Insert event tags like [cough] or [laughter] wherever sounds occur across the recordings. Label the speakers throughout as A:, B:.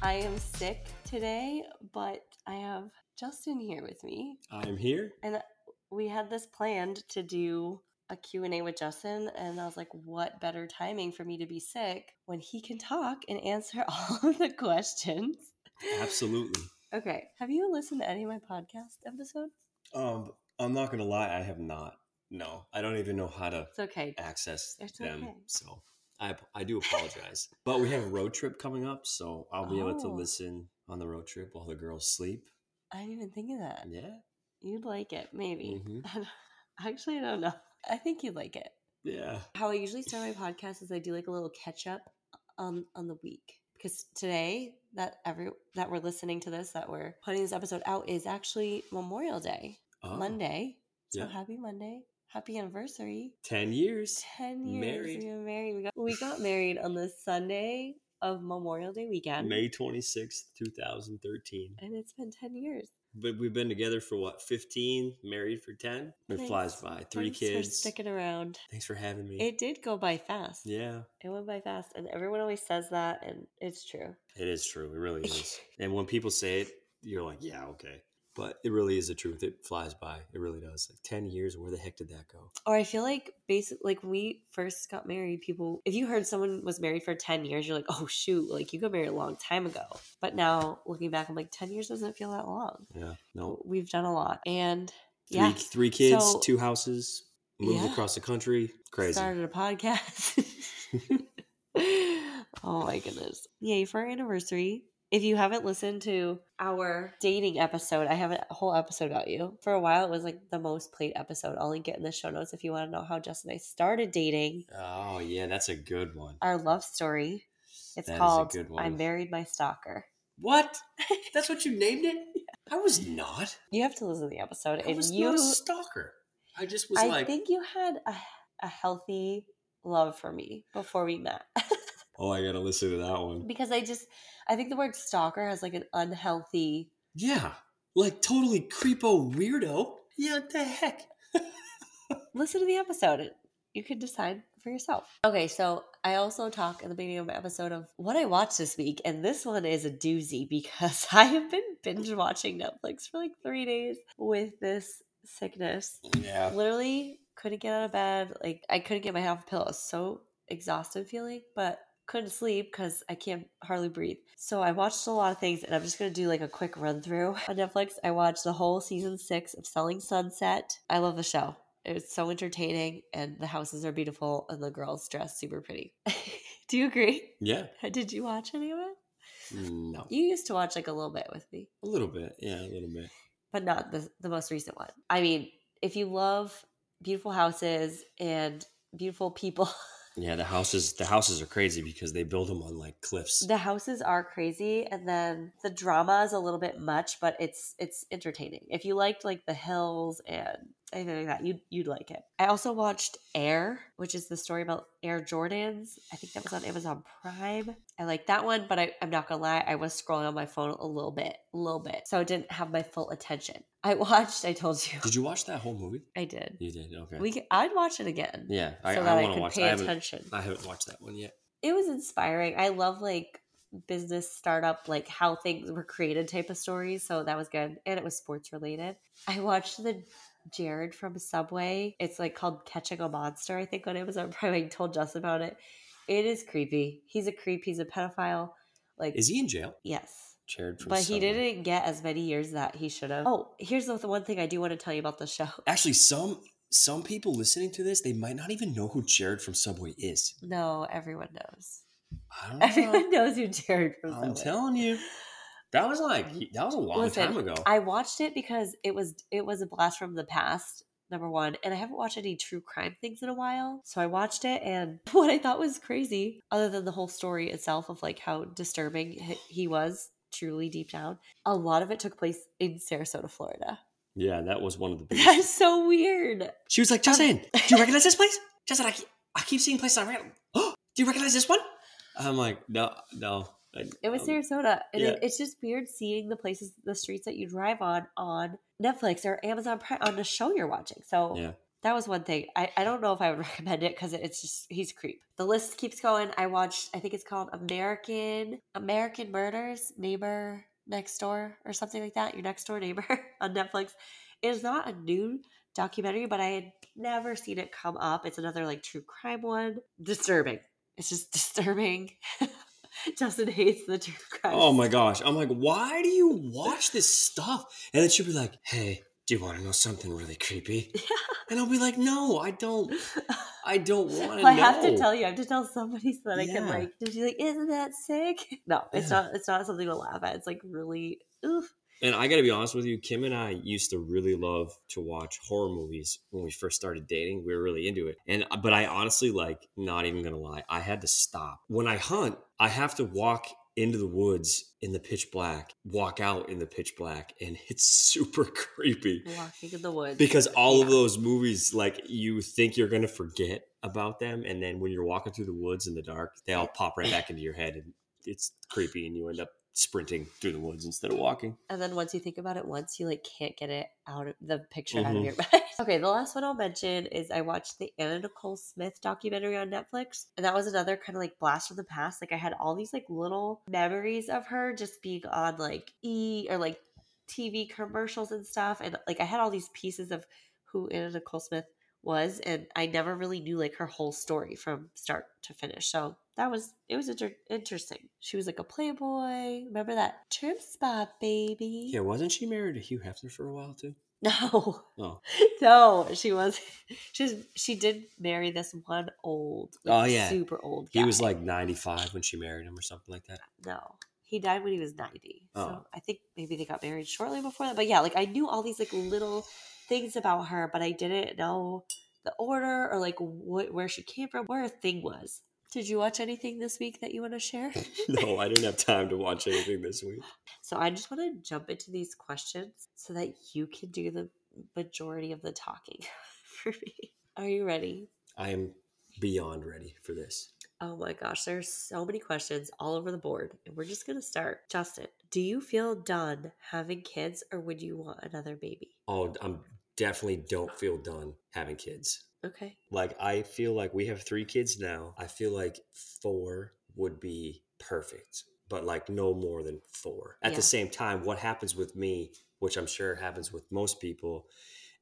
A: I am sick today, but I have Justin here with me,
B: I'm here.
A: and we had this planned to do a Q&A with Justin, and I was like, what better timing for me to be sick when he can talk and answer [laughs] all of the questions?
B: Absolutely.
A: Okay, have you listened to any of my podcast episodes?
B: Um, I'm not gonna lie, I have not. No, I don't even know how to
A: It's okay.
B: access
A: It's
B: them.
A: okay.
B: So I ap- I do apologize. but we have a road trip coming up, so I'll be able to
A: Oh.
B: listen on the road trip while the girls sleep.
A: I didn't even think of that.
B: Yeah,
A: You'd like it, maybe.
B: Mhm.
A: I don't- [laughs] Actually, I don't know. I think you'd like it.
B: yeah.
A: how I usually start my podcast is I do like a little catch up on on the week because today that every that we're listening to this that we're putting this episode out is actually Memorial Day
B: Oh,
A: Monday. So
B: yeah.
A: happy Monday, happy anniversary!
B: Ten years.
A: Ten years
B: Married.
A: we were married. We got we got married on the Sunday of Memorial Day weekend,
B: May twenty sixth, two thousand thirteen.
A: and it's been ten years.
B: But we've been together for what, fifteen? Married for ten? It
A: Thanks.
B: flies by. Three
A: Thanks for
B: kids.
A: sticking around.
B: Thanks for having me.
A: It did go by fast.
B: yeah.
A: It went by fast, and everyone always says that, and it's true.
B: It is true. It really is. and when people say it, you're like, yeah, okay. But it really is the truth. It flies by. It really does. Like 10 years, where the heck did that go?
A: Or I feel like basically, like when we first got married, people, if you heard someone was married for 10 years, you're like, oh shoot, like you got married a long time ago. But now looking back, I'm like, 10 years doesn't feel that long.
B: Yeah. No.
A: We've done a lot. And
B: Three,
A: yeah,
B: three kids,
A: So-
B: two houses, moved
A: Yeah.
B: across the country. Crazy.
A: started a
B: [laughs]
A: podcast. [laughs] oh my goodness. Yay for our anniversary. If you haven't listened to our dating episode, I have a whole episode about you. For a while, it was like the most played episode. I'll link it in the show notes if you want to know how Justin and I started dating.
B: Oh, yeah. That's a good one.
A: our love story. It's
B: That is a
A: called
B: good one.
A: I Married My Stalker.
B: What? That's what you
A: [laughs]
B: named it? I was not.
A: You have to listen to the episode.
B: I
A: And
B: was
A: you,
B: not a stalker. I just was
A: I
B: like,
A: think you had a, a healthy love for me before we met. [laughs]
B: oh, I got to listen to that one.
A: because I just, I think the word stalker has like an unhealthy,
B: Yeah. Like totally creepo weirdo. Yeah, what the heck?
A: listen to the episode. You could decide for yourself. Okay, so I also talk in the beginning of my episode of what I watched this week, and this one is a doozy because [laughs] I have been binge watching Netflix for like three days with this sickness.
B: Yeah.
A: literally couldn't get out of bed. Like I couldn't get my half pillow. So exhausted feeling, but couldn't sleep because I can't hardly breathe. So I watched a lot of things, and I'm just gonna do like a quick run through [laughs] on Netflix. I watched the whole season six of Selling Sunset. I love the show. It's so entertaining, and the houses are beautiful, and the girls dress super pretty. [laughs] do you agree?
B: Yeah.
A: Did you watch any of it?
B: No.
A: You used to watch like a little bit with me
B: A little bit, yeah, a little bit.
A: but not the, the most recent one. I mean, if you love beautiful houses and beautiful people, [laughs]
B: Yeah, the houses the houses are crazy because they build them on like cliffs.
A: the houses are crazy and then the drama is a little bit much, but it's it's entertaining. If you liked like the hills and anything like that, you'd you'd like it. I also watched Air, which is the story about Air Jordans. I think that was on Amazon Prime. I like that one, but I, I'm not gonna lie, I was scrolling on my phone a little bit, a little bit. So it didn't have my full attention. I [laughs] watched, I told you.
B: did you watch that whole movie?
A: I did.
B: You did, okay.
A: We could, I'd watch it again.
B: yeah, I,
A: so
B: I
A: that I,
B: want to
A: could
B: watch.
A: pay
B: I haven't,
A: attention.
B: I haven't watched that one yet.
A: It was inspiring. I love like business startup, like how things were created type of stories. So that was good. And it was sports related. I watched the Jared from Subway. It's like called Catching a Monster, I think on [laughs] Amazon Prime. I told Justin about it. It is creepy. He's a creep. He's a pedophile. Like,
B: Is he in jail?
A: yes
B: Jared from
A: but
B: Subway.
A: he didn't get as many years that he should have. Oh, here's the one thing I do want to tell you about the show. [laughs]
B: Actually, some some people listening to this, they might not even know who Jared from Subway is.
A: No, everyone knows. [laughs]
B: I don't know.
A: Everyone knows who Jared from
B: Uh-huh. I'm
A: Subway.
B: telling you, that was like that was a long
A: Listen,
B: time ago.
A: I watched it because it was it was a blast from the past. Number one, and I haven't watched any true crime things in a while, so I watched it, and [laughs] what I thought was crazy, other than the whole story itself of like how disturbing he- he was truly deep down, a lot of it took place in Sarasota, Florida. [laughs]
B: yeah, that was one of the. biggest-
A: That's so weird.
B: She was like,
A: Um,
B: Justin, do
A: [laughs]
B: you recognize this place? Justin, I keep, I keep seeing places I recognize. Oh, [gasps] do you recognize this one? I'm like, no, no. I-
A: It was
B: um,
A: Sarasota, and
B: yeah.
A: it, it's just weird seeing the places, the streets that you drive on on Netflix or Amazon Prime on the show you're watching. So
B: Yeah.
A: That was one thing. I, I don't know if I would [laughs] recommend it because it's just he's a creep. The list keeps going. I watched. I think it's called American American Murders Neighbor Next Door or something like that. Your next door neighbor [laughs] on Netflix. It is not a new documentary, but I had never seen it come up. It's another like true crime one. Disturbing. It's just [laughs] disturbing. Justin hates the true crime.
B: Oh my gosh. I'm like, why do you watch this stuff? And then she'll be like, hey, do you want to know something
A: [laughs]
B: really creepy? And I'll be like, no, I don't.
A: [laughs]
B: I don't want to
A: Well, I
B: know.
A: have to tell you, I have to tell somebody so that I can
B: Yeah.
A: like. And she's like, "Isn't that sick?" [laughs] No, it's
B: Yeah.
A: not. It's not something to laugh at. It's like really, oof.
B: And I got to be honest with you, Kim and I used to really love to watch horror movies when we first started dating. We were really into it. And uh, but I honestly like not even going to lie. I had to stop. When I hunt, I have to walk into the woods in the pitch black, walk out in the pitch black, and [laughs] it's super creepy.
A: Walking in the woods
B: Because all of
A: Yeah.
B: those movies like you think you're going to forget about them and then when you're walking through the woods in the dark, they all pop right back into your head and it's creepy and you end up sprinting through the woods instead of walking.
A: and then once you think about it once, you like can't get it out of the picture out of
B: Mhm.
A: your [laughs] mind. okay, the last one I'll mention is I watched the Anna Nicole Smith documentary on Netflix, and that was another kind of like blast from the past. Like I had all these like little memories of her just being on like E or like TV commercials and stuff, and like I had all these pieces of who Anna Nicole Smith was, and I never really knew like her whole story from start to finish. So that was it was inter- interesting. She was like a playboy. Remember that trim spot, baby?
B: Yeah, wasn't she married to Hugh Hefner for a while too?
A: [laughs] No, [laughs]
B: Oh,
A: no, she was. She was, she did marry this one old, like,
B: Oh, yeah.
A: super old.
B: he
A: guy.
B: was like 95 when she married him or something like that. [laughs]
A: no. He died when he was 90. So
B: Oh.
A: I think maybe they got married shortly before that. But yeah, like I knew all these like little things about her, but I didn't know the order or like wh- where she came from, where a thing was. Did you watch anything this week that you want to share?
B: [laughs]
A: [laughs]
B: No, I didn't have time to watch anything this week.
A: So I just want to jump into these questions so that you can do the majority of the talking [laughs] for me. Are you ready?
B: I am beyond ready for this.
A: Oh my gosh, there's so many questions all over the board. And we're just going to start. Justin, do you feel done having kids or would you want another baby?
B: Oh, I'm definitely don't feel done having kids.
A: Okay.
B: Like I feel like we have 3 kids now. I feel like 4 would be perfect, but like no more than 4. At
A: Yeah.
B: the same time, what happens with me, which I'm sure happens with most people,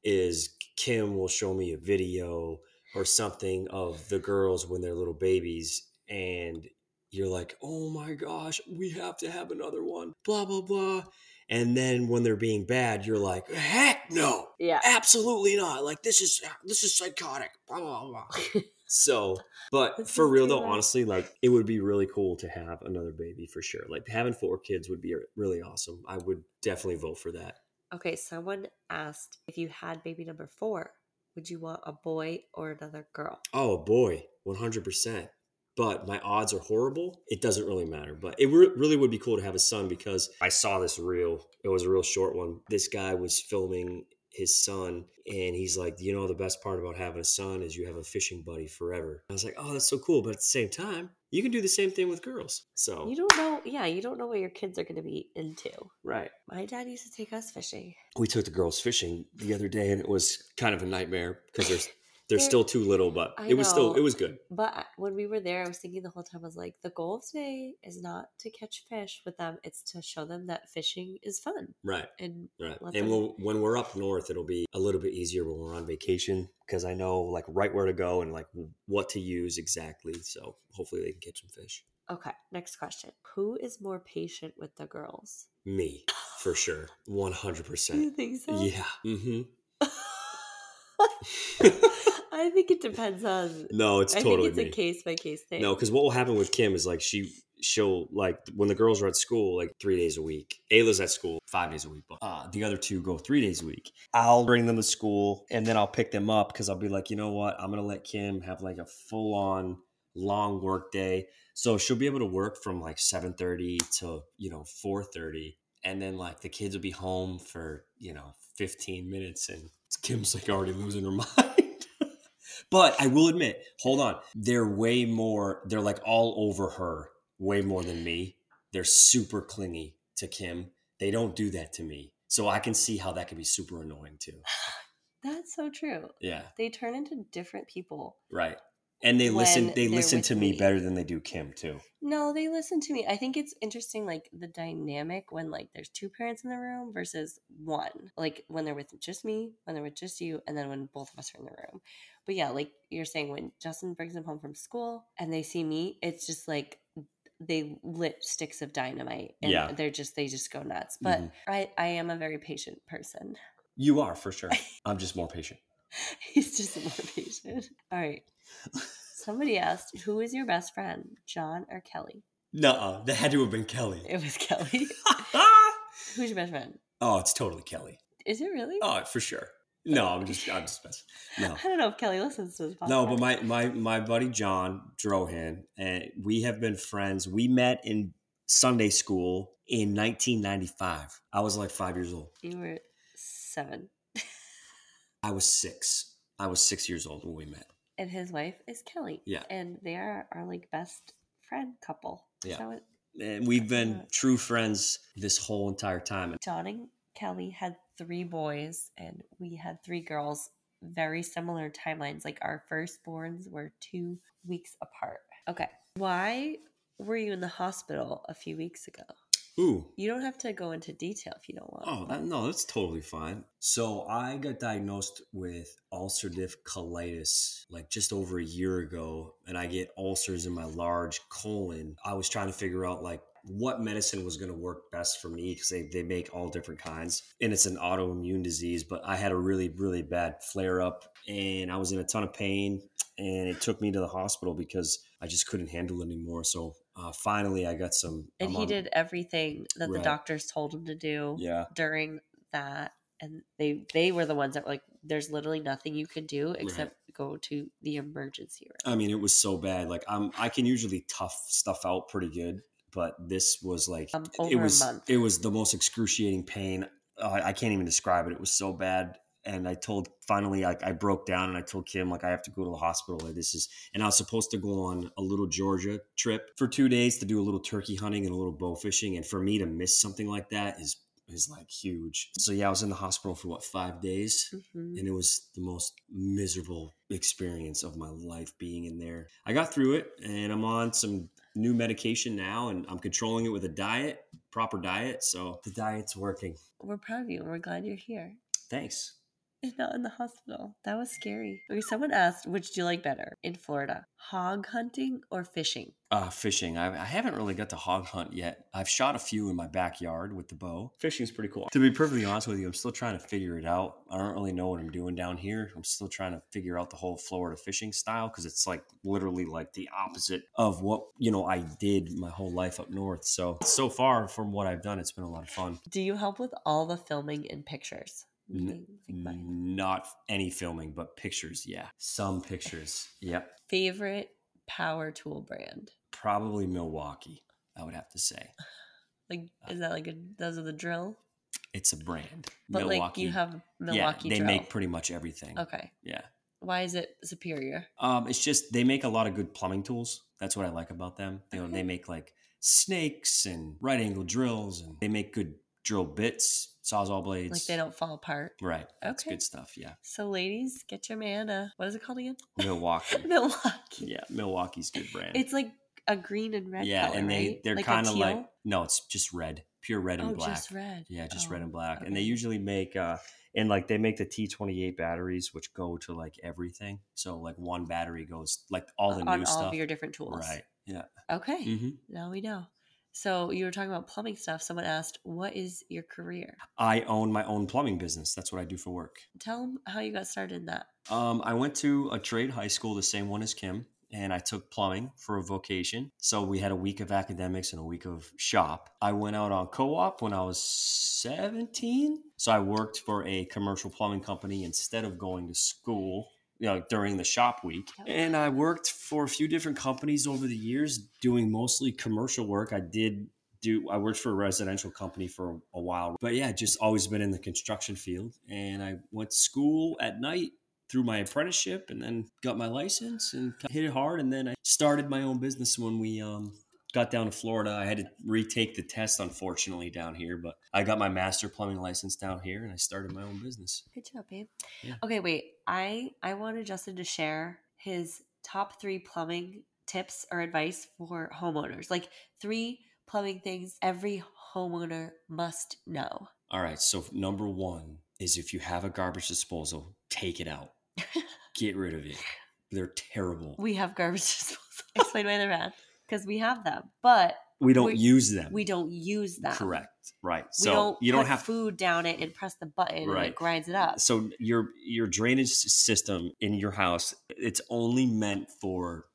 B: is Kim will show me a video or something of the girls when they're little babies and you're like, "Oh my gosh, we have to have another one." blah blah blah. And then when they're being bad, you're like, "Heck no."
A: Yeah. [laughs]
B: absolutely not like this is ah, this is psychotic blah blah blah so but
A: This
B: for
A: is
B: real
A: too
B: though
A: much.
B: honestly like it would be really cool to have another baby for sure like having four kids would be really awesome i would definitely vote for that
A: Okay. Someone asked if you had baby number four, would you want a boy or another girl?
B: oh boy 100% but my odds are horrible it doesn't really matter but it re- really would be cool to have a son because i saw this reel it was a real short one this guy was filming his son and he's like you know the best part about having a son is you have a fishing buddy forever i was like oh that's so cool but at the same time you can do the same thing with girls so
A: You don't know. Yeah. You don't know what your kids are going to be into.
B: right
A: My dad used to take us fishing.
B: we took the girls fishing the other day and it was kind of a nightmare because there's they're still too little but
A: I
B: it was still
A: know.
B: it was good
A: [laughs] But I- when we were there, I was thinking the whole time, I was like, the goal of today is not to catch fish with them, it's to show them that fishing is fun.
B: right
A: And
B: Right.
A: Let
B: and
A: them-
B: we'll, when we're up north, it'll be a little bit easier when we're on vacation because I know like right where to go and like what to use exactly. So hopefully they can catch some fish.
A: okay, next question Who is more patient with the girls?
B: Me for sure, one hundred
A: Do you
B: percent.
A: think so?
B: Uh, Yeah. hmm
A: [laughs] I think it depends on.
B: no, it's
A: I
B: totally
A: think it's a
B: me.
A: case by case thing.
B: No, because what will happen with Kim is like she she'll like when the girls are at school like three days a week. Ayla's at school five days a week, but uh, the other two go three days a week. I'll bring them to school and then I'll pick them up because I'll be like, you know what, I'm gonna let Kim have like a full on long work day, so she'll be able to work from like seven thirty to you know four thirty, and then like the kids will be home for you know fifteen minutes, and Kim's like already losing her [laughs] mind. But I will admit, hold on, they're way more, they're like all over her, way more than me. They're super clingy to Kim. They don't do that to me. So I can see how that could be super annoying too.
A: That's so true.
B: Yeah,
A: They turn into different people.
B: right. And they listen.
A: When
B: They
A: they're
B: listen
A: with
B: to me,
A: me.
B: better than they do Kim too.
A: No, they listen to me. I think it's interesting, like the dynamic when like there's two parents in the room versus one. Like when they're with just me, when they're with just you, and then when both of us are in the room. But yeah, like you're saying, when Justin brings them home from school and they see me, it's just like they lit sticks of dynamite and
B: Yeah.
A: they're just they just go nuts. But
B: Mhm.
A: I I am a very patient person. [laughs]
B: You are for sure. I'm just more patient.
A: He's just more patient. All right. Somebody asked, "Who is your best friend, John or Kelly?"
B: Nuh-uh. That had to have been Kelly.
A: It was [laughs] Kelly.
B: oh,
A: Who's your best friend?
B: it's totally Kelly.
A: Is it really?
B: Oh, for sure. No, I'm just I'm just messing. No.
A: I don't know if Kelly listens to his podcast.
B: No, but my my my buddy John Drohan and we have been friends. We met in Sunday school in 1995. I was like 5 years old.
A: you were seven,
B: I was 6. I was 6 years old when we met.
A: and his wife is Kelly.
B: Yeah.
A: and they are our like best friend couple. Is
B: Yeah.
A: that what-
B: And we've been true friends this whole entire time.
A: John and Kelly had three boys, and we had three girls. Very similar timelines. Like our firstborns were two weeks apart. Okay, why were you in the hospital a few weeks ago?
B: Ooh.
A: You don't have to go into detail if you don't want.
B: Oh, that, no, that's totally fine. So I got diagnosed with ulcerative colitis like just over a year ago, and I get ulcers in my large colon. I was trying to figure out like what medicine was going to work best for me because they, they make all different kinds and it's an autoimmune disease but i had a really really bad flare up and i was in a ton of pain and it took me to the hospital because i just couldn't handle it anymore so uh, finally i got some
A: and
B: I'm
A: he
B: on-
A: did everything that the
B: Right.
A: doctors told him to do.
B: yeah
A: during that and they they were the ones that were like there's literally nothing you can do except go to the emergency room
B: I mean, it was so bad. Like I'm, I can usually tough stuff out pretty good, but this was like
A: Um, over
B: it
A: a
B: was
A: month.
B: it was the most excruciating pain. Uh, I can't even describe it. It was so bad. And I told finally, like I broke down and I told Kim like I have to go to the hospital. Like this is, and I was supposed to go on a little Georgia trip for two days to do a little turkey hunting and a little bow fishing. And for me to miss something like that is is like huge. So yeah, I was in the hospital for what five days
A: Mhm.
B: and it was the most miserable experience of my life being in there. I got through it and I'm on some new medication now and I'm controlling it with a diet, proper diet, so the diet's working.
A: we're proud of you and we're glad you're here
B: Thanks.
A: and not in the hospital that was scary okay someone asked which do you like better in florida hog hunting or fishing
B: Uh, fishing. I, I haven't really got to hog hunt yet. I've shot a few in my backyard with the bow. Fishing's pretty cool. To be perfectly honest with you, I'm still trying to figure it out. I don't really know what I'm doing down here. I'm still trying to figure out the whole Florida fishing style because it's like literally like the opposite of what you know I did my whole life up north. So so far from what I've done, it's been a lot of fun.
A: do you help with all the filming and pictures
B: N-
A: Like- like mine.
B: Not any filming, but pictures. Yeah, some pictures. Yep,
A: favorite power tool brand
B: probably Milwaukee. I would have to say
A: like
B: Uh,
A: is that like a those are the drill
B: it's a brand.
A: but like you have milwaukee
B: yeah, they
A: drill
B: make pretty much everything.
A: okay
B: Yeah.
A: why is it superior
B: Um, it's just they make a lot of good plumbing tools. That's what I like about them. You know,
A: Okay.
B: they make like snakes and right angle drills, and they make good drill bits, sawzall blades.
A: like they don't fall apart.
B: Right. That's
A: Okay.
B: good stuff. Yeah.
A: So, ladies, get your man a what is it called again? [laughs]
B: Milwaukee.
A: Milwaukee.
B: yeah, Milwaukee's good brand.
A: It's like a green and red.
B: yeah,
A: color,
B: and they
A: right?
B: they're
A: Like a
B: kind of
A: teal?
B: like no, it's just red, pure red
A: oh,
B: and black.
A: just red.
B: Yeah, just
A: Oh,
B: red and black. And they
A: okay.
B: usually make uh and like they make the T twenty eight batteries which go to like everything. So like one battery goes like all the
A: Uh, on
B: new
A: all
B: stuff.
A: of your different tools.
B: right. Yeah.
A: Okay.
B: Mm-hmm.
A: Now we know. So you were talking about plumbing stuff. Someone asked, "What is your career?"
B: I own my own plumbing business. That's what I do for work.
A: Tell them how you got started in that.
B: Um, I went to a trade high school, the same one as Kim, and I took plumbing for a vocation. So we had a week of academics and a week of shop. I went out on co op when I was 17. So I worked for a commercial plumbing company instead of going to school. You know, during the shop week.
A: Yep.
B: And I worked for a few different companies over the years doing mostly commercial work. I did do I worked for a residential company for a while. But yeah, just always been in the construction field and I went to school at night through my apprenticeship and then got my license and hit it hard and then I started my own business when we um got down to Florida. I had to retake the test, unfortunately, down here, but I got my master plumbing license down here and I started my own business.
A: Good job, babe.
B: Yeah.
A: Okay, wait. I I wanted Justin to share his top three plumbing tips or advice for homeowners. Like three plumbing things every homeowner must know.
B: All right. So, number one is if you have a garbage disposal, take
A: [laughs]
B: it out, get rid of it. They're terrible. We,
A: We have garbage [laughs] disposal. Explain why they're bad. Because we have them, but
B: don't
A: we-
B: use them.
A: we don't use them.
B: Correct. Right.
A: We
B: So,
A: don't
B: you don't
A: put
B: have to.
A: food down it and press the button and
B: Right.
A: it grinds it up.
B: so your your drainage s- system in your house it's only meant for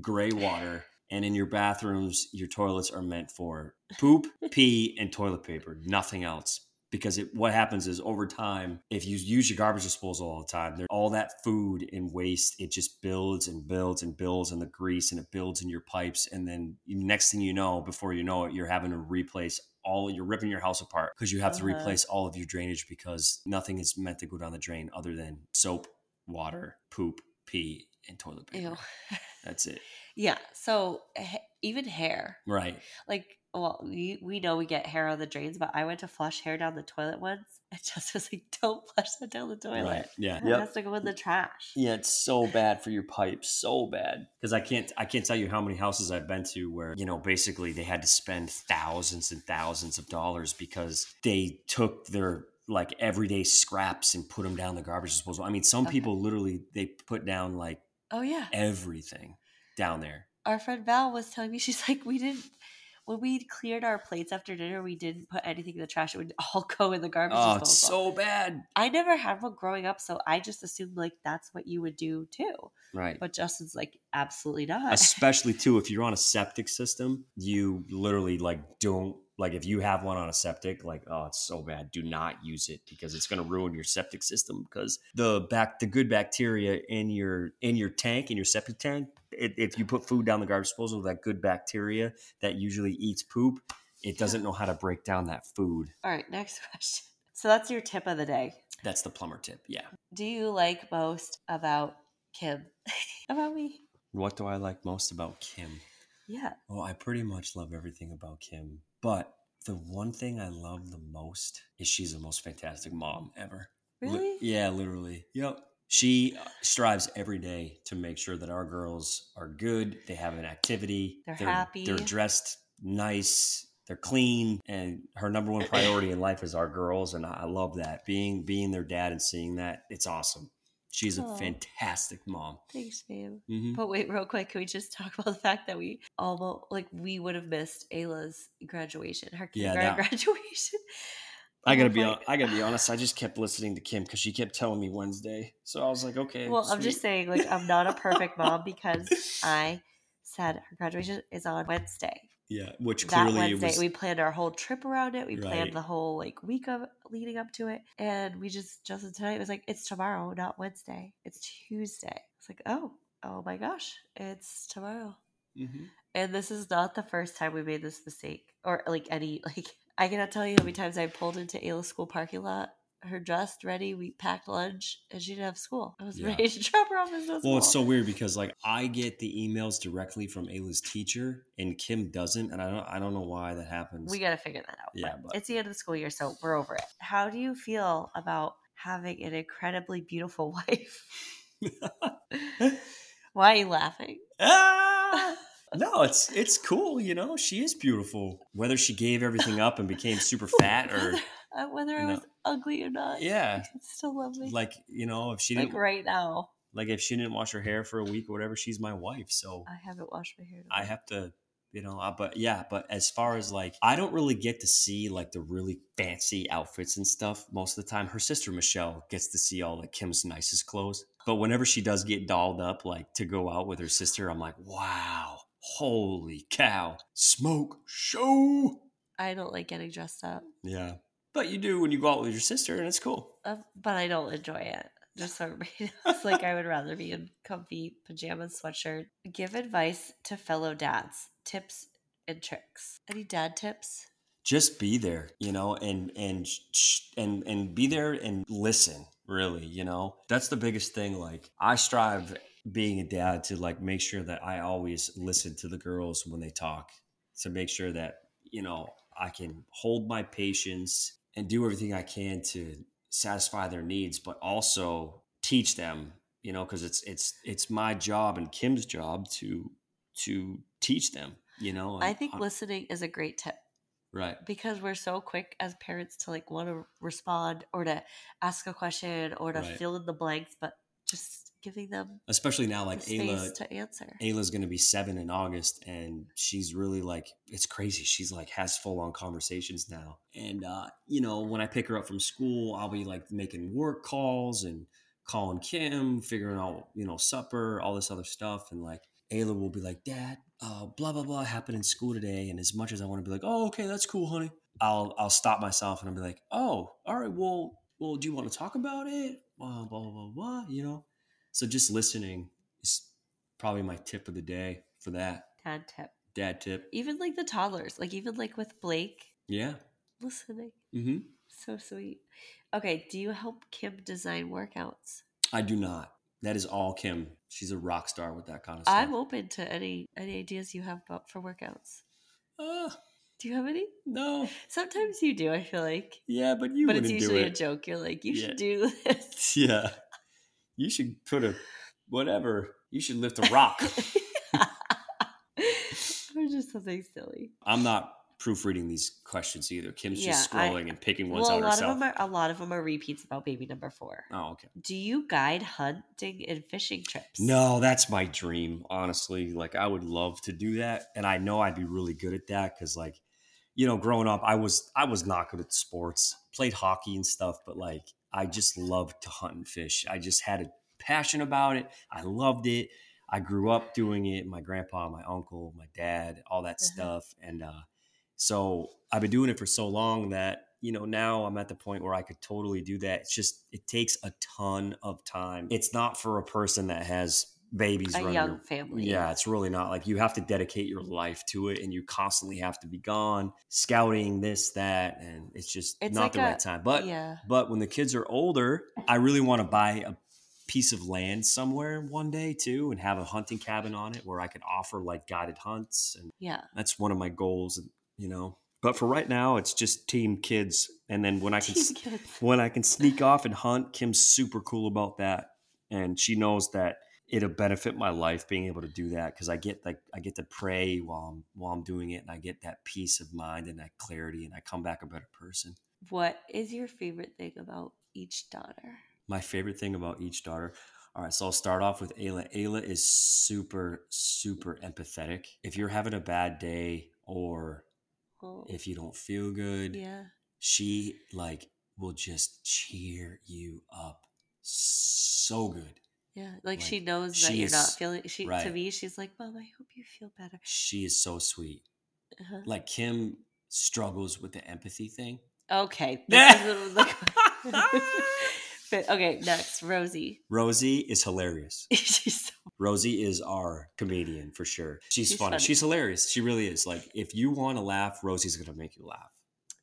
B: gray water and in your bathrooms your toilets are meant for poop pee and toilet paper nothing else because it, what happens is over time if you use your garbage disposal all the time there all that food and waste it just builds and builds and builds in the grease and it builds in your pipes and then next thing you know before you know it you're having to replace all you're ripping your house apart because you have to
A: Uh-huh.
B: replace all of your drainage because nothing is meant to go down the drain other than soap water poop pee and toilet paper [laughs]
A: Ew. [laughs]
B: that's it
A: Yeah. So ha- even hair,
B: right
A: like, well, we, we know we get hair on the drains, but I went to flush hair down the toilet once, [laughs] and Jess was like, "Don't flush that down the toilet.
B: right yeah
A: That has to go in the trash."
B: Yeah, it's so bad for your pipes, so bad. Because I can't, I can't tell you how many houses I've been to where you know basically they had to spend thousands and thousands of dollars because they took their like everyday scraps and put them down the garbage disposal. I mean, some
A: Okay.
B: people literally they put down like
A: Oh yeah.
B: everything down there.
A: Our friend Val was telling me she's like, we didn't. When we cleared our plates after dinner, we didn't put anything in the trash. It would [laughs] all go in the garbage
B: Oh, it's
A: disposal.
B: so bad.
A: I never had one growing up, so I just assumed like that's what you would do too.
B: Right.
A: But Justin's like, absolutely not.
B: especially too if you're on a septic system you literally like don't like if you have one on a septic like oh it's so bad do not use it because it's going to ruin your septic system because the back the good bacteria in your in your tank in your septic tank it, if you put food down the garbage disposal that good bacteria that usually eats poop it doesn't know how to break down that food
A: [laughs] All right, next [laughs] question. So that's your tip of the day.
B: that's the plumber tip yeah
A: Do you like most about Kim? [laughs] about me?
B: what do i like most about kim
A: Yeah.
B: Well, I pretty much love everything about Kim, but the one thing I love the most is she's the most fantastic mom ever. Li-
A: Really?
B: yeah, literally. Yep. She uh, strives every day to make sure that our girls are good. They have an activity.
A: They're happy.
B: They're dressed nice. They're clean. And her number one priority in life is our girls, and I I love that. Being being their dad and seeing that, it's awesome. She's
A: Aw.
B: a fantastic mom.
A: Thanks, babe.
B: hmm
A: But wait, real quick, can we just talk [laughs] about the fact that we almost like we would have missed Ayla's graduation, her
B: Yeah,
A: kindergarten
B: that-
A: [laughs] graduation.
B: I gotta
A: Oh
B: be
A: my-
B: hon- I
A: [laughs]
B: gotta be honest. I just kept listening to Kim because she kept telling me Wednesday. So I was like, okay.
A: Well, I'm just
B: sweet.
A: saying, like, I'm not a perfect mom
B: [laughs]
A: because I said her graduation is on Wednesday.
B: yeah, which
A: that
B: clearly it
A: Wednesday.
B: was
A: We planned our whole trip around it. We
B: Right.
A: planned the whole like week of leading up to it, and we just Justin tonight was like, "It's tomorrow, not Wednesday. It's Tuesday." It's like, "Oh, oh my gosh, it's tomorrow."
B: Mhm.
A: And this is not the first time we made this mistake, or like any [laughs] like I cannot tell you how many times I pulled into Ayla's school parking lot. Her dressed, ready. We packed lunch, and she didn't have school. I was [laughs]
B: Yeah.
A: ready to drop her off. There's no
B: Well,
A: school.
B: it's so weird because like I get the emails directly from Ayla's teacher and Kim doesn't, and I don't I don't know why that happens.
A: We got to figure that out.
B: Yeah,
A: but
B: but-
A: it's the end of the school year, so we're over it. How do you feel about having an incredibly beautiful [laughs]
B: [laughs]
A: wife? Why are you laughing? [laughs]
B: ah! No, it's it's cool, you know. She is beautiful. Whether she gave everything up and became
A: [laughs]
B: super fat or
A: Uh, Whether I
B: No.
A: was ugly or not,
B: yeah,
A: you can still love me. Like,
B: like you know, if she didn't like,
A: right now,
B: if she didn't wash her hair for a week or whatever, she's my wife. So
A: I haven't washed my hair. in a
B: I
A: while.
B: have to, you know, uh, but yeah, but as far as like, I don't really get to see like the really fancy outfits and stuff most of the time. Her sister Michelle gets to see all like Kim's nicest clothes. But whenever she does get dolled up, like to go out with her sister, I'm like, wow, holy cow, smoke show.
A: I don't like getting dressed up,
B: Yeah. But you do when you go out with your sister, and it's cool.
A: um, but I don't enjoy it. Just so everybody [laughs] knows, like I would rather be in comfy pajamas, sweatshirt. Give advice to fellow dads, tips and tricks. Any dad tips?
B: just be there you know and and sh- sh- and and be there and listen really you know that's the biggest thing like i strive being a dad to like make sure that i always listen to the girls when they talk to make sure that, you know, I can hold my patients and do everything I can to satisfy their needs, but also teach them, you know, because it's it's it's my job and Kim's job to to teach them, you know. and-
A: I think
B: on-
A: listening is a great tip
B: right.
A: because we're so quick as parents to like want to respond or to ask a question or to
B: Right.
A: fill in the blanks, but just giving them
B: Especially now like
A: the space
B: Ayla
A: to answer.
B: Ayla's gonna be seven in August, and she's really like it's crazy. She's like has full on conversations now, and uh, you know when I pick her up from school, I'll be like making work calls and calling Kim, figuring out you know supper, all this other stuff, and like Ayla will be like, Dad, uh, blah blah blah happened in school today, and as much as I want to be like, oh okay, that's cool, honey, I'll I'll stop myself and I'll be like, oh all right, well well, do you want to talk about it? Blah blah blah blah, blah you know. So just listening is probably my tip of the day for that
A: Dad tip.
B: dad tip.
A: Even like the toddlers, like even like with Blake
B: Yeah.
A: listening.
B: Mm-hmm.
A: So sweet. Okay, do you help Kim design workouts?
B: I do not. That is all Kim. She's a rock star with that kind of stuff.
A: I'm open to any any ideas you have about for workouts.
B: Uh,
A: Do you have any?
B: no.
A: Sometimes you do, I feel like.
B: Yeah, but you
A: but it's
B: wouldn't
A: usually
B: do
A: a
B: it.
A: joke. You're like, you
B: Yeah.
A: should do [laughs] this.
B: [laughs] Yeah. You should put a whatever. You should lift a
A: [laughs]
B: rock.
A: or just something silly.
B: I'm not proofreading these questions either. Kim's just
A: Yeah, I-
B: scrolling and picking ones
A: well, a
B: out
A: lot
B: herself.
A: of them are a lot of them are repeats about baby number four.
B: oh, okay.
A: Do you guide hunting and fishing trips?
B: No, that's my dream, honestly. Like, I would love to do that, and I know I'd be really good at that because, like, you know, growing up, I was I was not good at sports. Played hockey and stuff, but like, I just loved to hunt and fish. I just had a passion about it. I loved it. I grew up doing it. My grandpa, my uncle, my dad, all that
A: Uh-huh.
B: stuff, and uh, so I've been doing it for so long that you know now I'm at the point where I could totally do that. It's just it takes a ton of time. It's not for a person that has babies
A: a
B: running
A: young
B: ar-
A: family.
B: yeah, it's really not like you have to dedicate your life to it and you constantly have to be gone scouting this, that, and it's just
A: It's
B: not
A: like
B: the
A: a-
B: right time. But
A: yeah.
B: but when the kids are older, I really want to buy a piece of land somewhere one day too and have a hunting cabin on it where I could offer like guided hunts and
A: Yeah.
B: that's one of my goals, you know. But for right now, it's just team kids and then when
A: [laughs]
B: I can
A: Team kids.
B: when I can sneak off and hunt, Kim's super cool about that, and she knows that it'll benefit my life being able to do that because I get like I get to pray while I'm while I'm doing it, and I get that peace of mind and that clarity, and I come back a better person.
A: What is your favorite thing about each daughter?
B: My favorite thing about each daughter. All right, so I'll start off with Ayla. Ayla is super super empathetic. If you're having a bad day or
A: Oh,
B: if you don't feel good,
A: yeah.
B: she like will just cheer you up so good.
A: Yeah, like,
B: Like,
A: she knows that
B: she
A: you're not
B: is-
A: feeling. She to
B: right.
A: me, she's like, "Mom, I hope you feel better."
B: she is so sweet.
A: Uh-huh.
B: Like Kim struggles with the empathy thing. [laughs]
A: Okay, this is what it was like. [laughs] but okay, next, Rosie. [laughs]
B: Rosie is hilarious.
A: she's so
B: Rosie is our comedian for sure. She's,
A: She's
B: funny.
A: funny.
B: She's hilarious. She really is. Like if you want to laugh, Rosie's gonna make you laugh.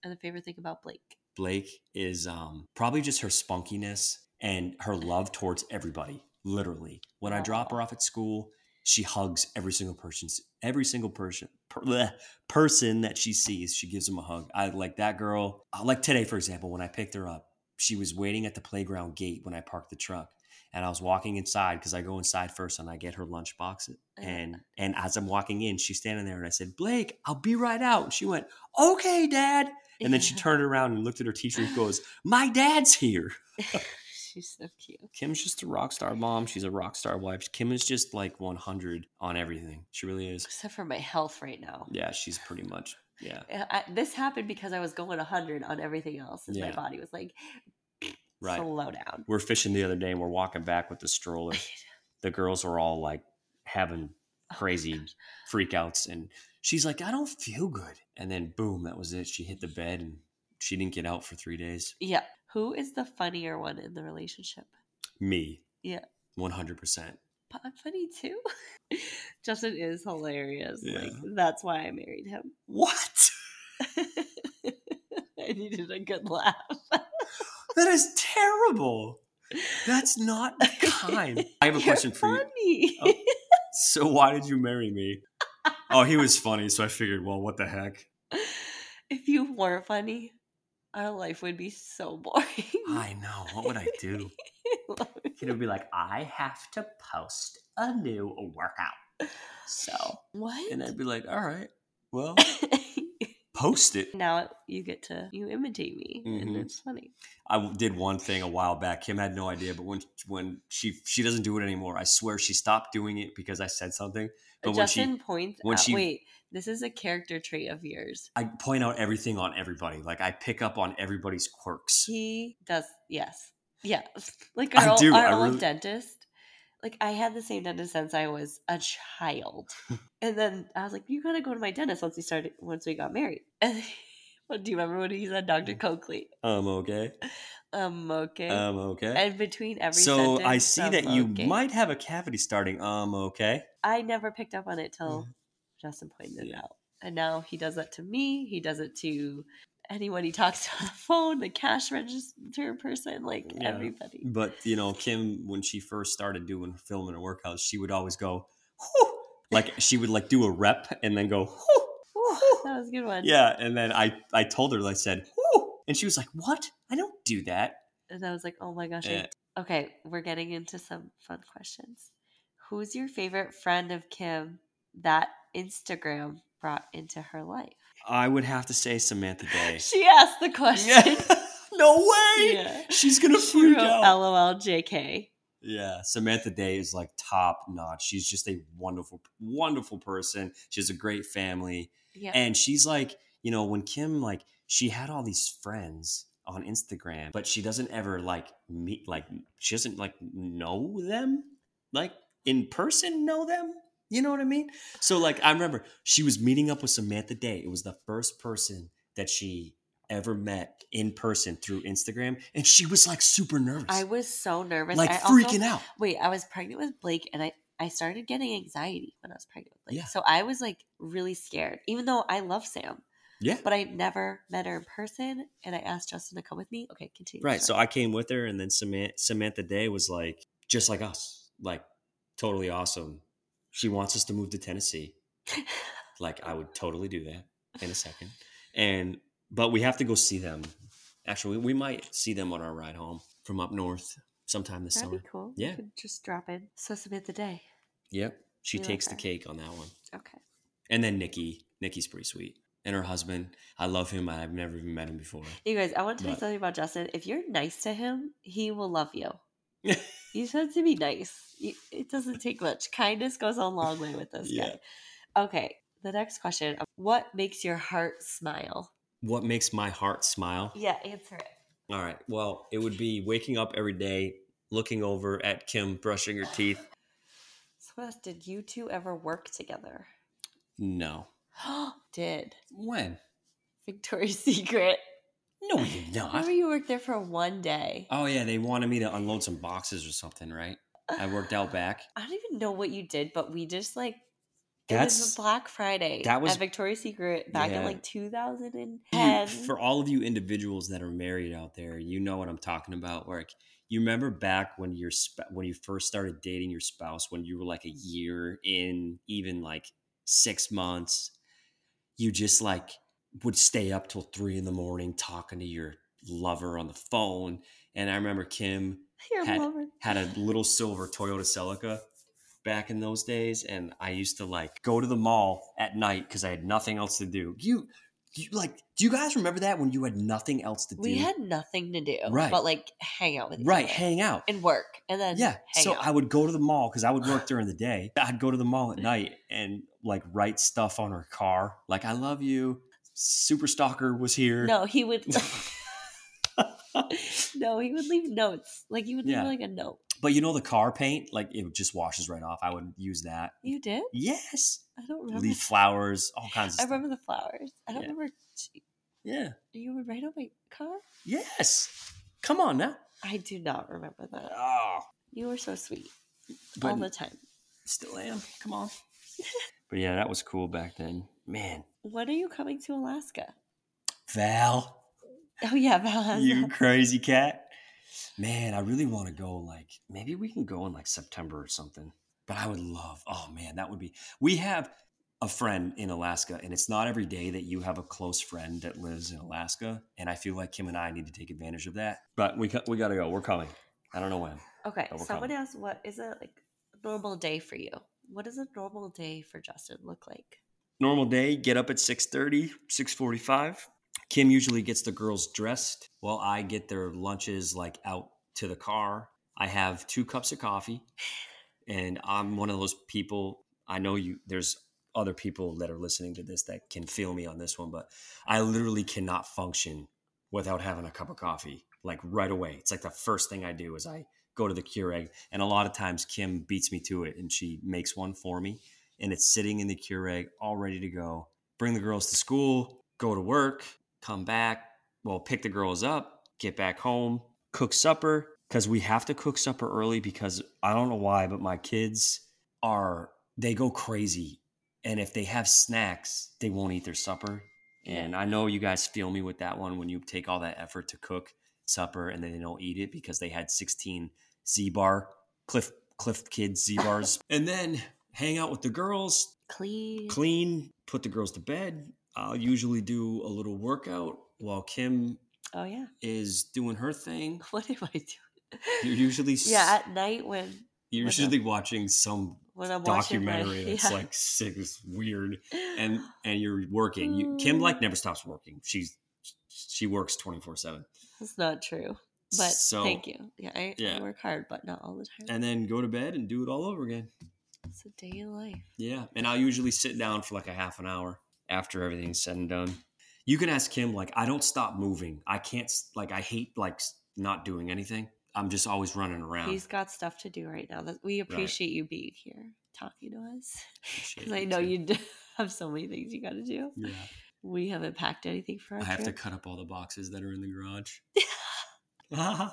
A: and the favorite thing about Blake.
B: Blake is um, probably just her spunkiness and her love towards everybody. Literally, when I drop her off at school, she hugs every single person, every single person, per, bleh, person that she sees. She gives them a hug. I like that girl. I Like today, for example, when I picked her up, she was waiting at the playground gate when I parked the truck, and I was walking inside because I go inside first and I get her lunch box.
A: [laughs]
B: And and as I'm walking in, she's standing there, and I said, "Blake, I'll be right out." And she went, "Okay, Dad." And then she turned around and looked at her teacher and goes, My dad's here.
A: [laughs] she's so cute.
B: Kim's just a rock star mom. She's a rock star wife. Kim is just like 100 on everything. She really is.
A: Except for my health right now.
B: Yeah, she's pretty much. Yeah,
A: Uh, I, this happened because I was going 100 on everything else, and my
B: Yeah.
A: body was like,
B: right.
A: slow down.
B: We're fishing the other day and we're walking back with the stroller. The girls are all like having crazy freakouts. And she's like, I don't feel good. And then boom, that was it. She hit the bed and she didn't get out for three days.
A: Yeah. Who is the funnier one in the relationship?
B: Me.
A: Yeah.
B: 100%.
A: But I'm funny too. [laughs] Justin is hilarious. Like
B: Yeah.
A: that's why I married him. [laughs]
B: What?
A: I needed a good laugh.
B: That is terrible. That's not kind. [laughs] I have a
A: You're
B: question for you.
A: funny.
B: Oh. So why did you marry me? oh, he was funny, so I figured, well, what the heck?
A: [laughs] If you weren't funny, our life would be so [laughs] boring.
B: I know. What would I
A: [laughs]
B: do?
A: Like,
C: Kid would be like, I have to post a new workout. So
A: what? [laughs]
B: And [laughs] I'd be like, all right, well, post it.
A: now you get to you imitate me, and
B: Mhm.
A: it's funny.
B: I w- did one thing a while back. Kim had no idea, but when when she she doesn't do it anymore, I swear she stopped doing it because I said something. But when she-
A: Justin points
B: when
A: out.
B: she-
A: wait, this is a character trait of yours.
B: I point out everything on everybody. Like I pick up on everybody's quirks.
A: He does. Yes. [laughs] Yeah. Like
B: I
A: our, old,
B: do,
A: our
B: I
A: old
B: really-
A: dentist. Like I had the same dentist since I was a
B: [laughs]
A: child, and then I was like, "You gotta go to my dentist." Once we started, once we got married, [laughs] and well, do you remember what he said, Doctor Coakley?
B: Um, okay.
A: Um, okay.
B: Um, okay.
A: and between every
B: So I
A: sentence,
B: see
A: um,
B: that you
A: okay.
B: might have a cavity starting. Um, okay.
A: I never picked up on it till
B: Mhm.
A: Justin pointed it
B: Yeah.
A: out. And now he does that to me. He does it to anyone he talks [laughs] to on the phone, the cash register person, like
B: Yeah.
A: everybody.
B: But you know, Kim, when she first started doing filming and workouts, she would always go, "Whew." like she would like do a rep and then go, "Whew."
A: Whew, that was a good one.
B: yeah. And then I I told her I said, "Whew." and she was like, "What? I don't do that."
A: And I was like, oh my gosh. I-
B: Yeah.
A: Okay, we're getting into some fun questions. Who's your favorite friend of Kim that Instagram brought into her life?
B: I would have to say Samantha Day.
A: [laughs] She asked the question.
B: yeah. [laughs] no way.
A: [laughs] Yeah.
B: She's gonna
A: She
B: freak
A: wrote
B: out.
A: LOL JK.
B: Yeah, Samantha Day is like top notch. She's just a wonderful, wonderful person. She has a great family,
A: Yeah.
B: and she's like, you know, when Kim like she had all these friends on Instagram, but she doesn't ever like meet, like she doesn't like know them, like in person, know them. You know what I mean? So like, I remember she was meeting up with Samantha Day. It was the first person that she ever met in person through Instagram, and she was like super nervous,
A: I was so nervous.
B: like
A: I also-
B: freaking out.
A: wait, I was pregnant with Blake and I, I started getting anxiety when I was pregnant with Blake.
B: Yeah.
A: So I was like really scared, even though I love Sam,
B: Yeah.
A: but I never met her in person. And I asked Justin to come with me. Okay, continue.
B: Right. So I came with her, and then Samantha, Samantha Day was like, just like us, like totally awesome. She wants us to move to Tennessee. Like, I would totally do that in a second. And, but we have to go see them. Actually, we might see them on our ride home from up north sometime
A: [laughs]
B: this
A: That'd
B: summer.
A: be cool.
B: Yeah.
A: You could just drop in. So submit the day.
B: Yep. She
A: You like
B: takes the
A: her?
B: cake on that one.
A: Okay.
B: And then Nikki. Nikki's pretty sweet. And her husband. I love him. I've never even met him before.
A: You guys, I want to tell you
B: But-
A: something about Justin. If you're nice to him, he will love
B: [laughs]
A: you. you just have to be nice. You- It doesn't take much. Kindness goes a long way with this
B: Yeah.
A: guy. Okay. The next question What makes your heart smile?
B: What makes my heart smile?
A: Yeah, answer it.
B: All right. Well, it would be waking up every day, looking over at Kim brushing her teeth.
A: So what else did you two ever work together? [gasps]
B: No.
A: did
B: When?
A: Victoria's [laughs] Secret?
B: No, you're not.
A: Remember you worked there for one day.
B: Oh yeah, they wanted me to unload some boxes or something, right? I worked out back.
A: I don't even know what you did, but we just like it was
B: That's
A: a Black Friday.
B: that was-
A: at Victoria's Secret back in
B: Yeah.
A: like 2010.
B: you- for all of you individuals that are married out there. You know what I'm talking about. Like you remember back when your sp- when you first started dating your spouse, when you were like a year in, even like six months, you just like would stay up till three in the morning talking to your lover on the phone. And I remember Kim
A: Your
B: had-
A: lover.
B: had a little silver Toyota Celica back in those days, and I used to like go to the mall at night because I had nothing else to do. You, you like, do you guys remember that when you had nothing else to do?
A: we had nothing to do,
B: Right.
A: But like hang out with each
B: right,
A: other
B: hang out.
A: and work, and then
B: Yeah,
A: hang
B: so
A: out.
B: I would go to the mall because I would
A: [sighs]
B: work during the day. I'd go to the mall at night and like write stuff on her car, like "I love you." Super stalker was here.
A: no, he
B: [laughs]
A: would. [laughs] no, he would leave notes. Like you would leave
B: Yeah.
A: like a note.
B: But you know the car paint, like it just washes right off. I would use that.
A: You did?
B: Yes,
A: I don't remember.
B: leaf flowers, all kinds of
A: I
B: stuff.
A: remember the flowers. I don't
B: Yeah.
A: remember.
B: Yeah.
A: You were right on my car?
B: Yes. Come on now.
A: I do not remember that.
B: Oh,
A: You were so sweet
B: but
A: all the time.
B: still am. Come on. [laughs] but yeah, that was cool back then, man.
A: When are you coming to Alaska?
B: Val,
A: Oh, yeah, Val has [laughs]
B: you
A: that.
B: crazy cat. Man, I really want to go. Like, maybe we can go in like September or something. But I would love. Oh man, that would be. We have a friend in Alaska, and it's not every day that you have a close friend that lives in Alaska. And I feel like Kim and I need to take advantage of that. But we co- we gotta go. We're coming. I don't know when.
A: Okay.
B: Overcome.
A: Someone asked, what is a like normal day for you? What does a normal day for Justin look like?
B: Normal day. Get up at 6.30, 6.45. Kim usually gets the girls dressed while I get their lunches like out to the car. I have two cups of coffee, and I'm one of those people. I know you. There's other people that are listening to this that can feel me on this one, but I literally cannot function without having a cup of coffee like right away. It's like the first thing I do is I go to the Keurig, and a lot of times Kim beats me to it, and she makes one for me, and it's sitting in the Keurig all ready to go. Bring the girls to school, go to work, come back, well, pick the girls up, get back home, cook supper because we have to cook supper early because I don't know why, but my kids are they go crazy, and if they have snacks, they won't eat their supper. And I know you guys feel me with that one when you take all that effort to cook supper and then they don't eat it because they had 16 Z bar Cliff Cliff Kids Z bars, [laughs] and then hang out with the girls,
A: Clean.
B: clean, put the girls to bed. I'll usually do a little workout while Kim
A: Oh yeah. [laughs]
B: is doing her thing.
A: What am I
B: You're
A: doing?
B: usually s-
A: [laughs] yeah, at night when
B: you're
A: what's
B: usually watching some
A: when I'm [laughs]
B: documentary
A: watching my,
B: that's like sick, it's weird, and and you're working. You,
A: Mm.
B: Kim like never stops working. She's she works twenty four seven.
A: [laughs] that's not true. But thank you. Yeah, I, I
B: yeah.
A: work hard, but not all the time.
B: And then go to bed and do it all over again.
A: it's a day in life.
B: Yeah, and I'll usually sit down for like a half an hour after everything's said and done. You can ask Kim. Like, I don't stop moving. I can't. s- Like, I hate like s- not doing anything. I'm just always running around.
A: He's got stuff to do right now. That we appreciate you being here talking to us.
B: Appreciate
A: Because [laughs] I
B: you
A: know
B: too.
A: you d- have so many things you got to do.
B: Yeah.
A: We haven't packed anything for our
B: I have to
A: trip.
B: cut up all the boxes that are in the
A: [laughs]
B: garage.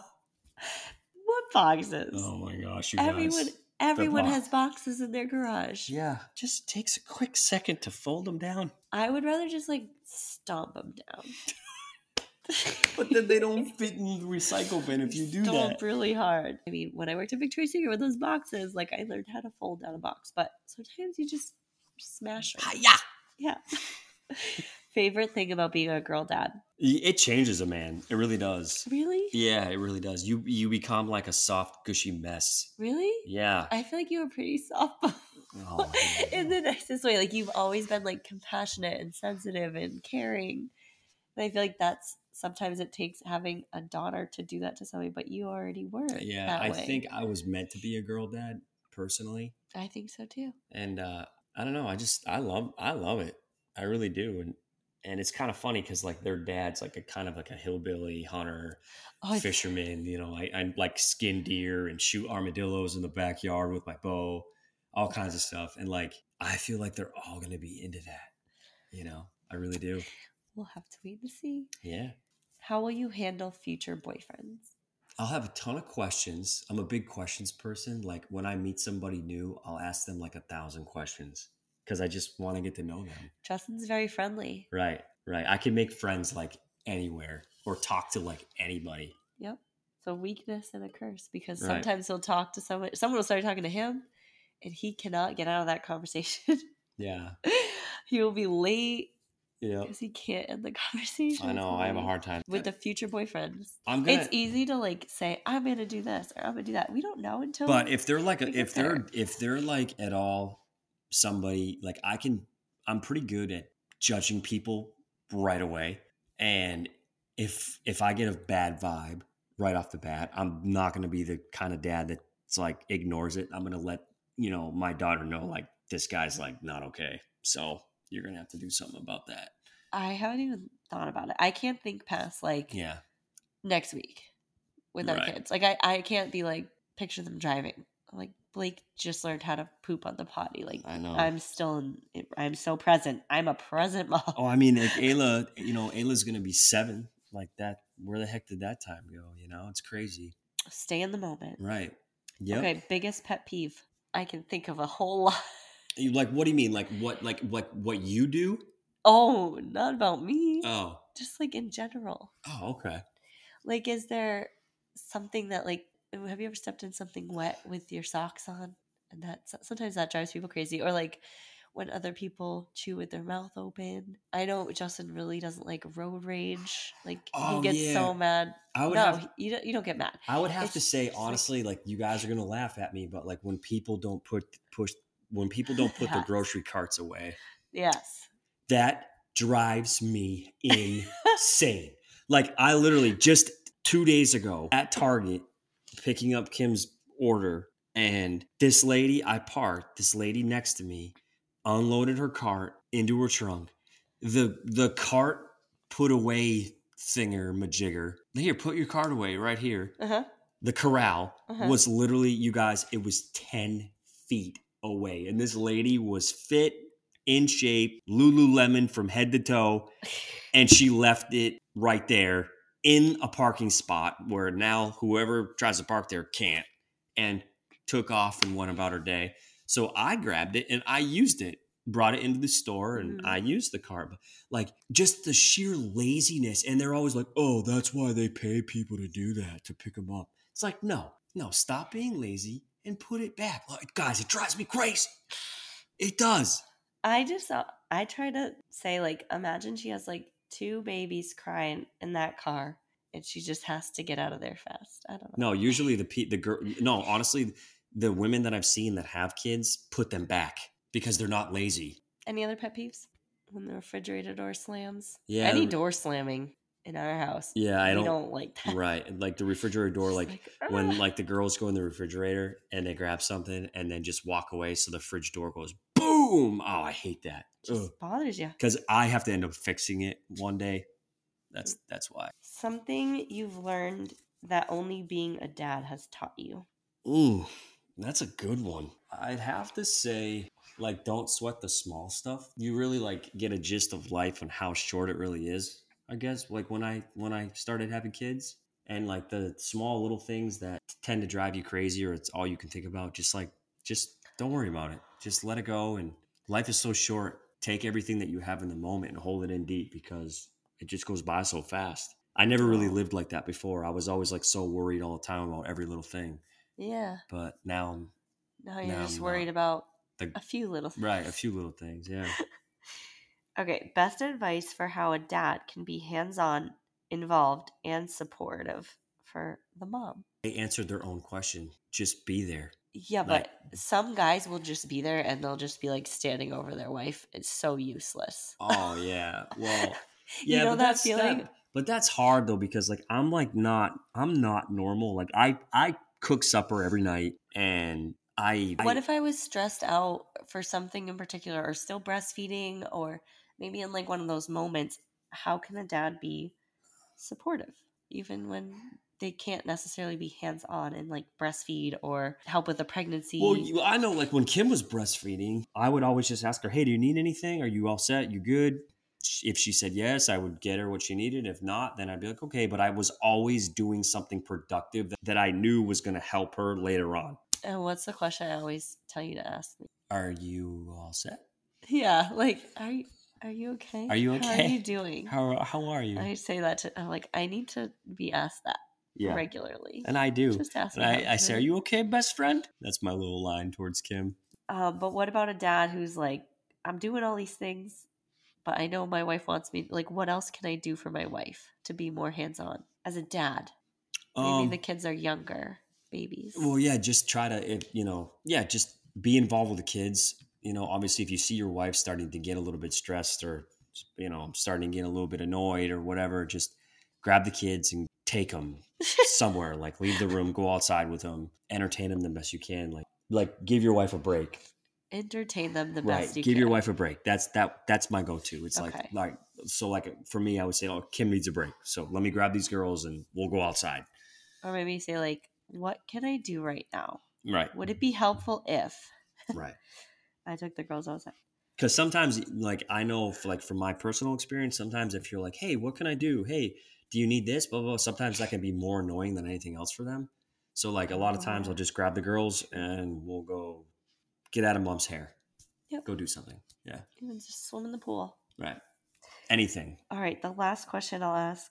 A: what boxes?
B: oh my gosh, you
A: everyone,
B: guys.
A: everyone
B: box-
A: has boxes in their garage.
B: Yeah, just takes a quick second to fold them down.
A: I would rather just like stomp them down.
B: [laughs] But then they don't fit in the recycle
A: [laughs]
B: bin if you do
A: Stomp
B: that.
A: really hard. I mean, when I worked at Victoria's Secret with those boxes, like I learned how to fold down a box, but sometimes you just smash them.
B: Yeah.
A: Yeah. [laughs] Favorite thing about being a girl dad?
B: It changes a man. It really does.
A: Really?
B: Yeah, it really does. You you become like a soft, gushy mess.
A: Really?
B: Yeah.
A: I feel like you were pretty soft [laughs]
B: Oh, [laughs]
A: in the nicest way. Like you've always been like compassionate and sensitive and caring. And I feel like that's sometimes it takes having a daughter to do that to somebody, but you already were.
B: Uh, yeah,
A: that
B: I
A: way.
B: think I was meant to be a girl dad personally,
A: I think so too.
B: and uh, I don't know. I just I love I love it. I really do, and and it's kind of funny because like their dad's like a kind of like a hillbilly hunter.
A: Oh, I-
B: fisherman. You know, I, I like skin deer and shoot armadillos in the backyard with my bow, all kinds of stuff. And like, I feel like they're all going to be into that. You know, I really do.
A: we'll have to wait and see.
B: Yeah.
A: How will you handle future boyfriends?
B: I'll have a ton of questions. I'm a big questions person. Like when I meet somebody new, I'll ask them like a thousand questions because I just want to get to know them.
A: Justin's very friendly.
B: Right. Right. I can make friends like anywhere or talk to like anybody.
A: Yep. So weakness and a curse because
B: Right.
A: sometimes he'll talk to someone, someone will start talking to him, and he cannot get out of that conversation. [laughs]
B: Yeah.
A: he will be late
B: Yeah.
A: because he can't end the [laughs] conversation.
B: Oh. I
A: with
B: know. I have a
A: somebody.
B: hard time
A: with the future boyfriends.
B: I'm gonna.
A: It's easy to like say I'm gonna do this or I'm gonna do that. We don't know until.
B: But if they're like,
A: we
B: a,
A: get
B: if they're
A: there.
B: if they're like at all somebody like I can, I'm pretty good at judging people right away. And if if I get a bad vibe right off the bat, I'm not going to be the kind of dad that's like ignores it. I'm going to let you know my daughter know like this guy's like not okay. So you're going to have to do something about that.
A: I haven't even thought about it. I can't think past like
B: Yeah,
A: next week with our
B: Right.
A: kids. Like I, I can't be like picture them driving. I'm like Blake just learned how to poop on the potty. Like
B: I know.
A: I'm still in, I'm so present. I'm a present mom.
B: Oh, I mean, like Ayla, you know, Ayla's going to be seven. Like that, where the heck did that time go? You know, it's crazy.
A: [laughs] Stay in the moment.
B: Right. Yep.
A: Okay, biggest pet peeve. I can think of a whole lot. [laughs]
B: You- Like, what do you mean? Like, what, like, like what you do?
A: Oh, not about me.
B: Oh,
A: Just like in general.
B: oh, okay.
A: Like, is there something that like have you ever stepped in something wet with your socks on? And that so- sometimes that drives people crazy. Or like when other people chew with their mouth open. I know Justin really doesn't like road rage. Like
B: Oh,
A: he gets
B: yeah.
A: so mad.
B: I
A: No,
B: would have
A: you don't. You don't get mad.
B: I would have
A: It's
B: to say
A: just like-
B: honestly, like you guys are gonna laugh at me, but like when people don't put push when people don't
A: [laughs]
B: put their
A: Yes.
B: grocery carts away,
A: Yes.
B: that drives me insane. like I literally just two days ago at Target picking up Kim's order, and this lady I parked, this lady next to me, unloaded her cart into her trunk. The the cart put away thinger majigger. Here, put your cart away right here
A: Uh huh.
B: the corral
A: Uh-huh.
B: was literally you guys it was 10 feet away and this lady was fit in shape lululemon from head to toe and she left it right there in a parking spot where now whoever tries to park there can't and took off and went about her day so i grabbed it and i used it brought it into the store and
A: Mhm.
B: i used the cart But, like just the sheer laziness and they're always like oh that's why they pay people to do that to pick them up it's like no no stop being lazy and put it back like guys it drives me crazy it does
A: I just saw. I try to say like, imagine she has like two babies crying in that car, and she just has to get out of there fast. I don't know.
B: no usually the pe- the girl no honestly the women that i've seen that have kids put them back because they're not lazy
A: Any other pet peeves? When the refrigerator door slams.
B: Yeah,
A: Any
B: the-
A: door slamming in our house.
B: yeah i
A: we
B: don't,
A: don't, like that.
B: right and, like the refrigerator door
A: Just
B: like
A: [laughs]
B: when
A: "Ugh."
B: like the girls go in the refrigerator and they grab something and then just walk away so the fridge door goes boom oh i hate that
A: just bothers you.
B: because i have to end up fixing it one day that's that's why
A: Something you've learned that only being a dad has taught you.
B: Ooh, that's a good one. I'd have to say, like, don't sweat the small stuff. You really like get a gist of life and how short it really is. I guess like when I when I started having kids and like the small little things that tend to drive you crazy or it's all you can think about. Just like just don't worry about it. Just let it go. And life is so short. Take everything that you have in the moment and hold it in deep because it just goes by so fast. I never really lived like that before. I was always like so worried all the time about every little thing
A: Yeah.
B: but now I'm
A: Now you're
B: No,
A: just
B: I'm
A: worried
B: not.
A: about
B: The-
A: a few little things.
B: right. A few little things, [laughs] yeah.
A: [laughs] Okay. Best advice for how a dad can be hands on, involved, and supportive for the mom.
B: They answered their own question. Just be there.
A: Yeah,
B: Like-
A: but some guys will just be there and they'll just be like standing over their wife. It's so useless.
B: Oh yeah. [laughs] Well,
A: You
B: yeah.
A: know
B: but
A: that
B: that's,
A: feeling?
B: that- but that's hard though because like I'm like not I'm not normal. Like I I cook supper every night and I
A: what
B: I-
A: if I was stressed out for something in particular or still breastfeeding or maybe in like one of those moments? How can the dad be supportive even when they can't necessarily be hands on and like breastfeed or help with a pregnancy?
B: well, you, I know, like when Kim was breastfeeding, I would always just ask her, "Hey, do you need anything? Are you all set? You good?" Sh- If she said yes, I would get her what she needed. If not, then I'd be like, "Okay." But I was always doing something productive that, that I knew was going to help her later on.
A: and Oh, what's the question I always tell you to ask me?
B: Are you all set?
A: Yeah, like are you are you okay?
B: Are you
A: How are
B: okay? [laughs]
A: you doing?
B: How how are you?
A: I say that to I'm like I need to be asked that
B: yeah,
A: regularly.
B: and I do.
A: Just ask.
B: And
A: me how
B: I,
A: I'm
B: I say, "Are
A: doing.
B: you okay, best friend?" That's my little line towards Kim.
A: Uh, but what about a dad who's like, I'm doing all these things, but I know my wife wants me. Like, what else can I do for my wife to be more hands on as a dad? Maybe
B: Um,
A: the kids are younger babies.
B: Well, yeah, just try to, if, you know, yeah, just be involved with the kids. You know, obviously, if you see your wife starting to get a little bit stressed or, you know, starting to get a little bit annoyed or whatever, just grab the kids and take them
A: [laughs]
B: somewhere. like, leave the room, go outside with them, entertain them the best you can. Like, like give your wife a break.
A: Entertain them the
B: right.
A: best you
B: give
A: can.
B: your wife a break. That's that. That's my go-to. It's
A: Okay.
B: like like so. Like for me, I would say, oh, Kim needs a break. So let me grab these girls and we'll go outside.
A: Or maybe say, like, what can I do right now?
B: Right.
A: Would it be helpful if
B: Right.
A: I took the girls outside?
B: because sometimes like i know f- like from my personal experience sometimes if you're like hey what can i do hey do you need this blah blah, blah. sometimes that can be more annoying than anything else for them so like a lot of times
A: Oh.
B: i'll just grab the girls and we'll go get out of mom's hair
A: Yep.
B: go do something yeah
A: Even just swim in the pool.
B: right anything
A: All right. The last question I'll ask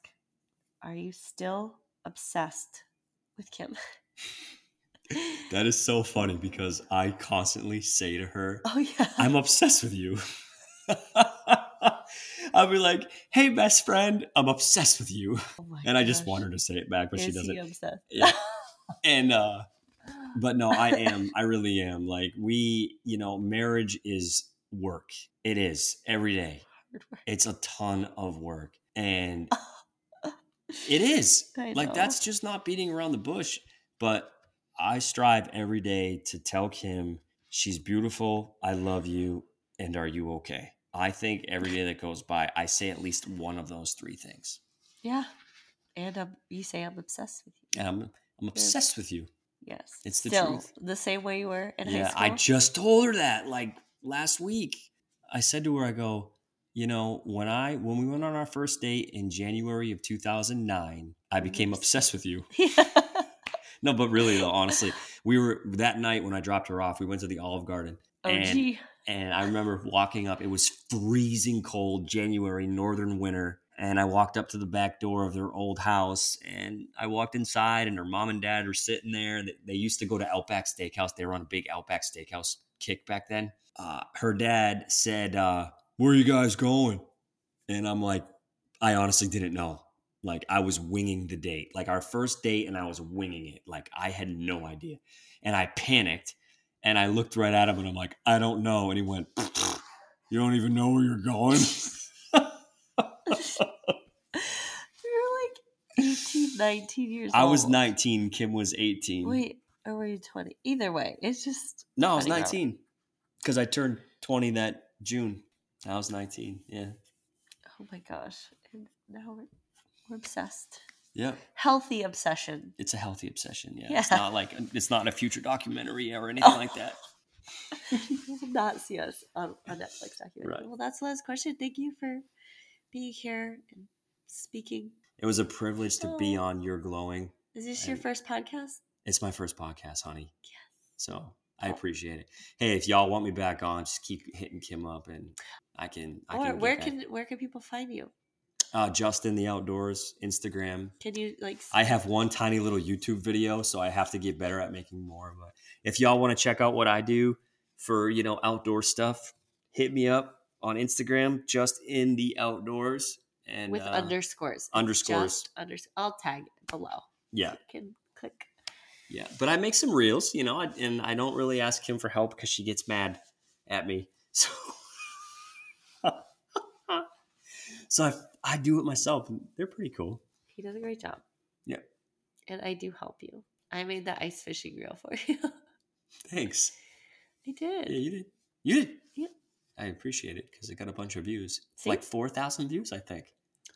A: Are you still obsessed with Kim?
B: [laughs] That is so funny because I constantly say to
A: [laughs]
B: her,
A: [laughs] Oh yeah.
B: I'm obsessed with you. [laughs] I'll be like, hey, best friend, I'm obsessed with you.
A: Oh my
B: And I just
A: gosh.
B: want her to say it back, but she
A: Is he
B: doesn't.
A: obsessed? [laughs]
B: Yeah. And, uh, but no, I am. I really am. Like, we, you know, marriage is work. It is every day.
A: Hard work.
B: It's a ton of work.
A: [laughs]
B: And it is.
A: I
B: like
A: know.
B: that's just not beating around the bush. But I strive every day to tell Kim she's beautiful, I love you, and are you okay? I think every day that goes by, I say at least one of those three things.
A: yeah. And um, you say I'm obsessed with you.
B: And I'm I'm obsessed with you.
A: Yes.
B: It's the
A: Still,
B: truth.
A: The same way you were in
B: yeah, I
A: high school.
B: just told her that like last week. I said to her, I go, you know, when I when we went on our first date in January of 2009, I
A: Oh,
B: became obsessed with you.
A: [laughs] yeah. Oh,
B: No, but really though, honestly, we were that night when I dropped her off. We went to the Olive Garden,
A: Oh
B: And-
A: gee.
B: and I remember walking up. It was freezing cold, January, northern winter, and I walked up to the back door of their old house, and I walked inside, and her mom and dad were sitting there. They, they used to go to Outback Steakhouse. They were on a big Outback Steakhouse kick back then. Uh, her dad said, uh, "Where are you guys going?" And I'm like, I honestly didn't know. Like I was winging the date, like our first date, and I was winging it. Like I had no idea, and I panicked, and I looked right at him, and I'm like, I don't know. And he went, You don't even know where you're going.
A: You're like 18, 19 years
B: I
A: old. [laughs]
B: was 19, Kim was 18.
A: Oh. Wait, or were you 20? Either way, it's just
B: no, I was
A: Funny how-
B: 19 because I turned 20 that June. I was 19. Yeah,
A: oh my gosh. And now we're, we're obsessed.
B: yeah.
A: Healthy obsession. [laughs]
B: It's a healthy obsession. Yeah, it's
A: Yeah. Oh.
B: not like it's not a future documentary or anything like that.
A: you will not see us on a Netflix documentary.
B: Right.
A: Well, that's the last question. Thank you for being here and speaking.
B: It was a privilege to be
A: Oh.
B: on Your Glowing.
A: Is this your
B: And-
A: first podcast?
B: It's my first podcast, honey.
A: Yes.
B: So I appreciate it. Hey, if y'all want me back on, just keep hitting Kim up, and I can. I
A: or
B: can get
A: where
B: back.
A: can where can people find you?
B: uh, Justin the Outdoors Instagram?
A: Can you like? s-
B: I have one tiny little YouTube video, so I have to get better at making more. But if y'all want to check out what I do for you know outdoor stuff, hit me up on Instagram, just in the outdoors, and
A: with
B: uh,
A: underscores. It's
B: underscores.
A: Just unders- I'll tag it below.
B: yeah,
A: You can click.
B: yeah. But I make some reels, you know, I- and I don't really ask him for help because she gets mad at me. [laughs] So, so I I do it myself, and they're pretty cool.
A: He does a great job.
B: Yeah.
A: And I do help you. I made the ice fishing reel for [laughs] you.
B: Thanks.
A: I did.
B: Yeah, you did. You did.
A: Yeah.
B: I appreciate it because it got a bunch of views.
A: See?
B: Like 4,000 views, I think.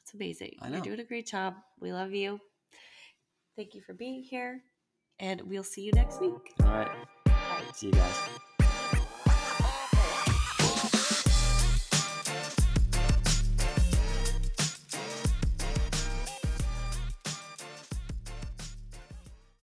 A: It's amazing.
B: I know.
A: You're doing a great job. We love you. Thank you for being here. And we'll see you next week.
B: All right.
A: Bye.
B: See you guys.